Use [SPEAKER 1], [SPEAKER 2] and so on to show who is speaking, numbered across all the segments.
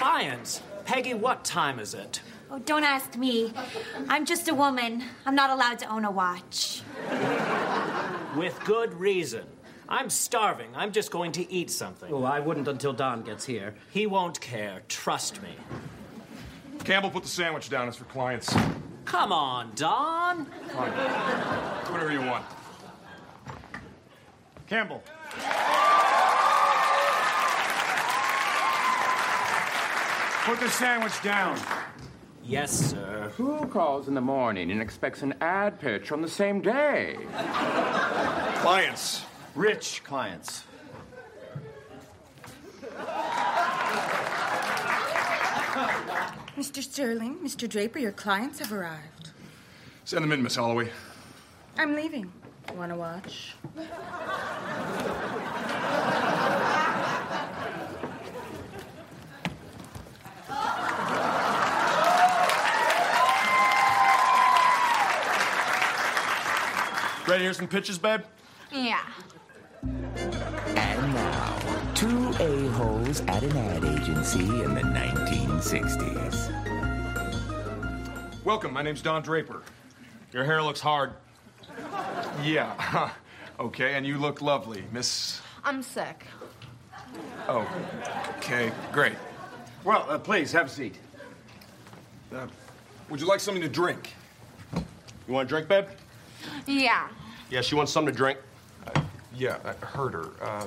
[SPEAKER 1] Lions. Peggy, what time is it?
[SPEAKER 2] Oh, don't ask me. I'm just a woman. I'm not allowed to own a watch.
[SPEAKER 1] With good reason. I'm starving. I'm just going to eat something.
[SPEAKER 3] Oh, I wouldn't until Don gets here.
[SPEAKER 1] He won't care, trust me.
[SPEAKER 4] Campbell, put the sandwich down. It's for clients.
[SPEAKER 1] Come on, Don.
[SPEAKER 4] Fine. Whatever you want.
[SPEAKER 5] Campbell. Put the sandwich down.
[SPEAKER 1] Yes, sir.
[SPEAKER 6] Who calls in the morning and expects an ad pitch on the same day?
[SPEAKER 4] Clients.
[SPEAKER 5] Rich clients.
[SPEAKER 7] Mr. Sterling, Mr. Draper, your clients have arrived.
[SPEAKER 4] Send them in, Miss Holloway.
[SPEAKER 7] I'm leaving. Want to watch?
[SPEAKER 4] Ready to hear some pitches, babe?
[SPEAKER 2] Yeah.
[SPEAKER 8] And now, two a-holes at an ad agency in the 1960s.
[SPEAKER 4] Welcome. My name's Don Draper. Your hair looks hard. Yeah. okay, and you look lovely, Miss.
[SPEAKER 9] I'm sick.
[SPEAKER 4] Oh. Okay, great.
[SPEAKER 5] Well, uh, please have a seat.
[SPEAKER 4] Uh, would you like something to drink? You want a drink, babe?
[SPEAKER 9] Yeah.
[SPEAKER 10] Yeah, she wants something to drink.
[SPEAKER 4] Uh, Yeah, I heard her. Uh,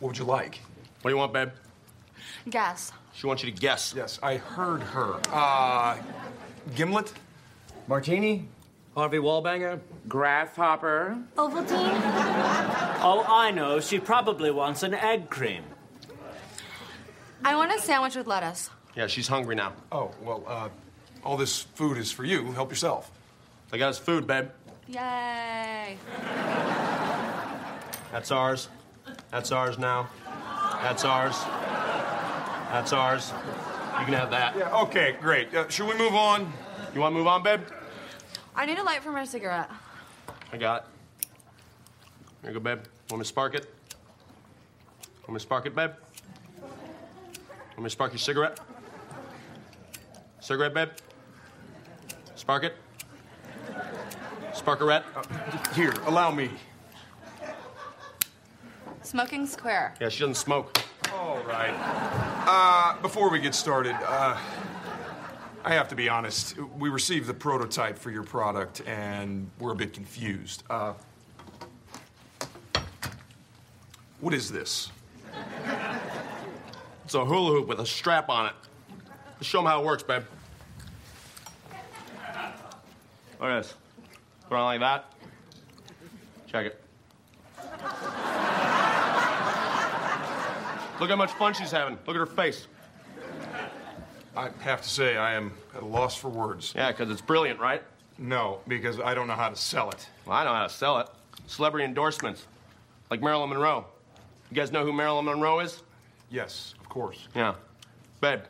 [SPEAKER 4] what would you like?
[SPEAKER 10] What do you want, babe?
[SPEAKER 9] Guess.
[SPEAKER 10] She wants you to guess.
[SPEAKER 4] Yes, I heard her. Uh, gimlet?
[SPEAKER 5] Martini?
[SPEAKER 3] Harvey Wallbanger?
[SPEAKER 6] Grasshopper?
[SPEAKER 2] Ovaltine?
[SPEAKER 1] Oh, I know. She probably wants an egg cream.
[SPEAKER 9] I want a sandwich with lettuce.
[SPEAKER 10] Yeah, she's hungry now.
[SPEAKER 4] Oh, well, uh, all this food is for you. Help yourself.
[SPEAKER 10] I got us food, babe.
[SPEAKER 9] Yay.
[SPEAKER 10] That's ours. That's ours now. That's ours. That's ours. You can have that.
[SPEAKER 4] Yeah, okay, great. Uh, should we move on?
[SPEAKER 10] You want to move on, babe?
[SPEAKER 9] I need a light for my cigarette.
[SPEAKER 10] I got it. Here you go, babe. Want me to spark it? Want me to spark it, babe? Want me to spark your cigarette? Cigarette, babe? Spark it? Sparkerette?
[SPEAKER 4] Here, allow me.
[SPEAKER 9] Smoking square.
[SPEAKER 10] Yeah, she doesn't smoke.
[SPEAKER 4] All right. Uh, before we get started, uh, I have to be honest. We received the prototype for your product, and we're a bit confused. Uh, what is this?
[SPEAKER 10] It's a hula hoop with a strap on it. Let's show them how it works, babe. Look at this. Put it on like that. Check it. Look how much fun she's having. Look at her face.
[SPEAKER 4] I have to say, I am at a loss for words.
[SPEAKER 10] Yeah, because it's brilliant, right?
[SPEAKER 4] No, because I don't know how to sell it.
[SPEAKER 10] Well, I know how to sell it. Celebrity endorsements, like Marilyn Monroe. You guys know who Marilyn Monroe is?
[SPEAKER 4] Yes, of course.
[SPEAKER 10] Yeah. Babe,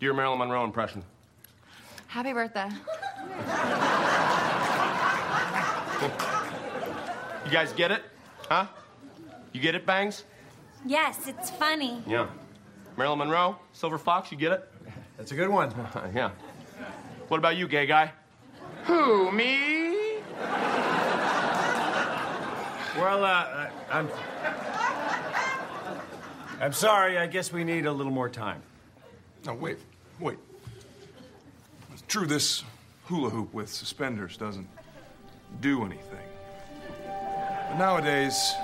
[SPEAKER 10] do your Marilyn Monroe impression.
[SPEAKER 9] Happy birthday.
[SPEAKER 10] You guys get it? Huh? You get it, Bangs?
[SPEAKER 2] Yes, it's funny.
[SPEAKER 10] Yeah. Marilyn Monroe, Silver Fox, you get it?
[SPEAKER 5] That's a good one.
[SPEAKER 10] Uh, yeah. What about you, gay guy?
[SPEAKER 6] Who, me?
[SPEAKER 5] Well, uh, I- I'm. I'm sorry. I guess we need a little more time.
[SPEAKER 4] No, wait, wait. It's true, this hula hoop with suspenders doesn't do anything. But nowadays,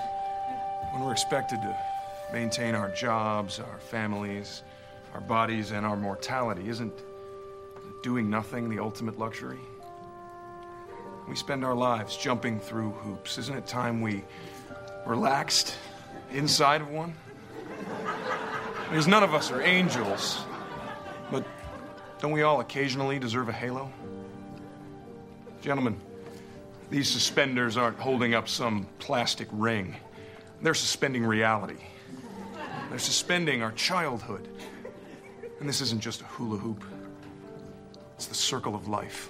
[SPEAKER 4] when we're expected to maintain our jobs, our families, our bodies, and our mortality, isn't doing nothing the ultimate luxury? We spend our lives jumping through hoops. Isn't it time we relaxed inside of one? Because none of us are angels. But don't we all occasionally deserve a halo? Gentlemen, these suspenders aren't holding up some plastic ring. They're suspending reality. They're suspending our childhood. And this isn't just a hula hoop, it's the circle of life.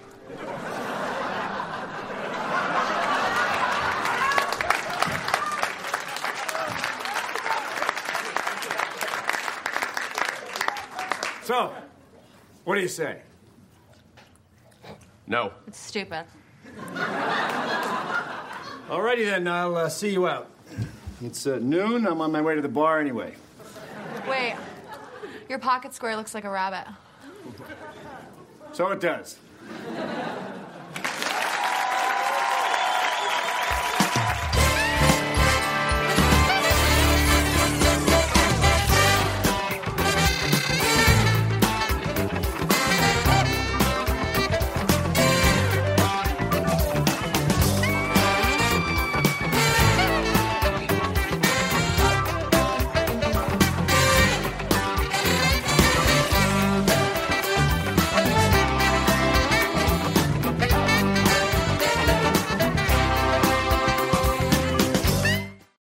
[SPEAKER 11] What do you say?
[SPEAKER 10] No.
[SPEAKER 9] It's stupid.
[SPEAKER 11] Alrighty then, I'll uh, see you out.
[SPEAKER 8] It's uh, noon. I'm on my way to the bar anyway.
[SPEAKER 9] Wait, your pocket square looks like a rabbit.
[SPEAKER 8] So it does.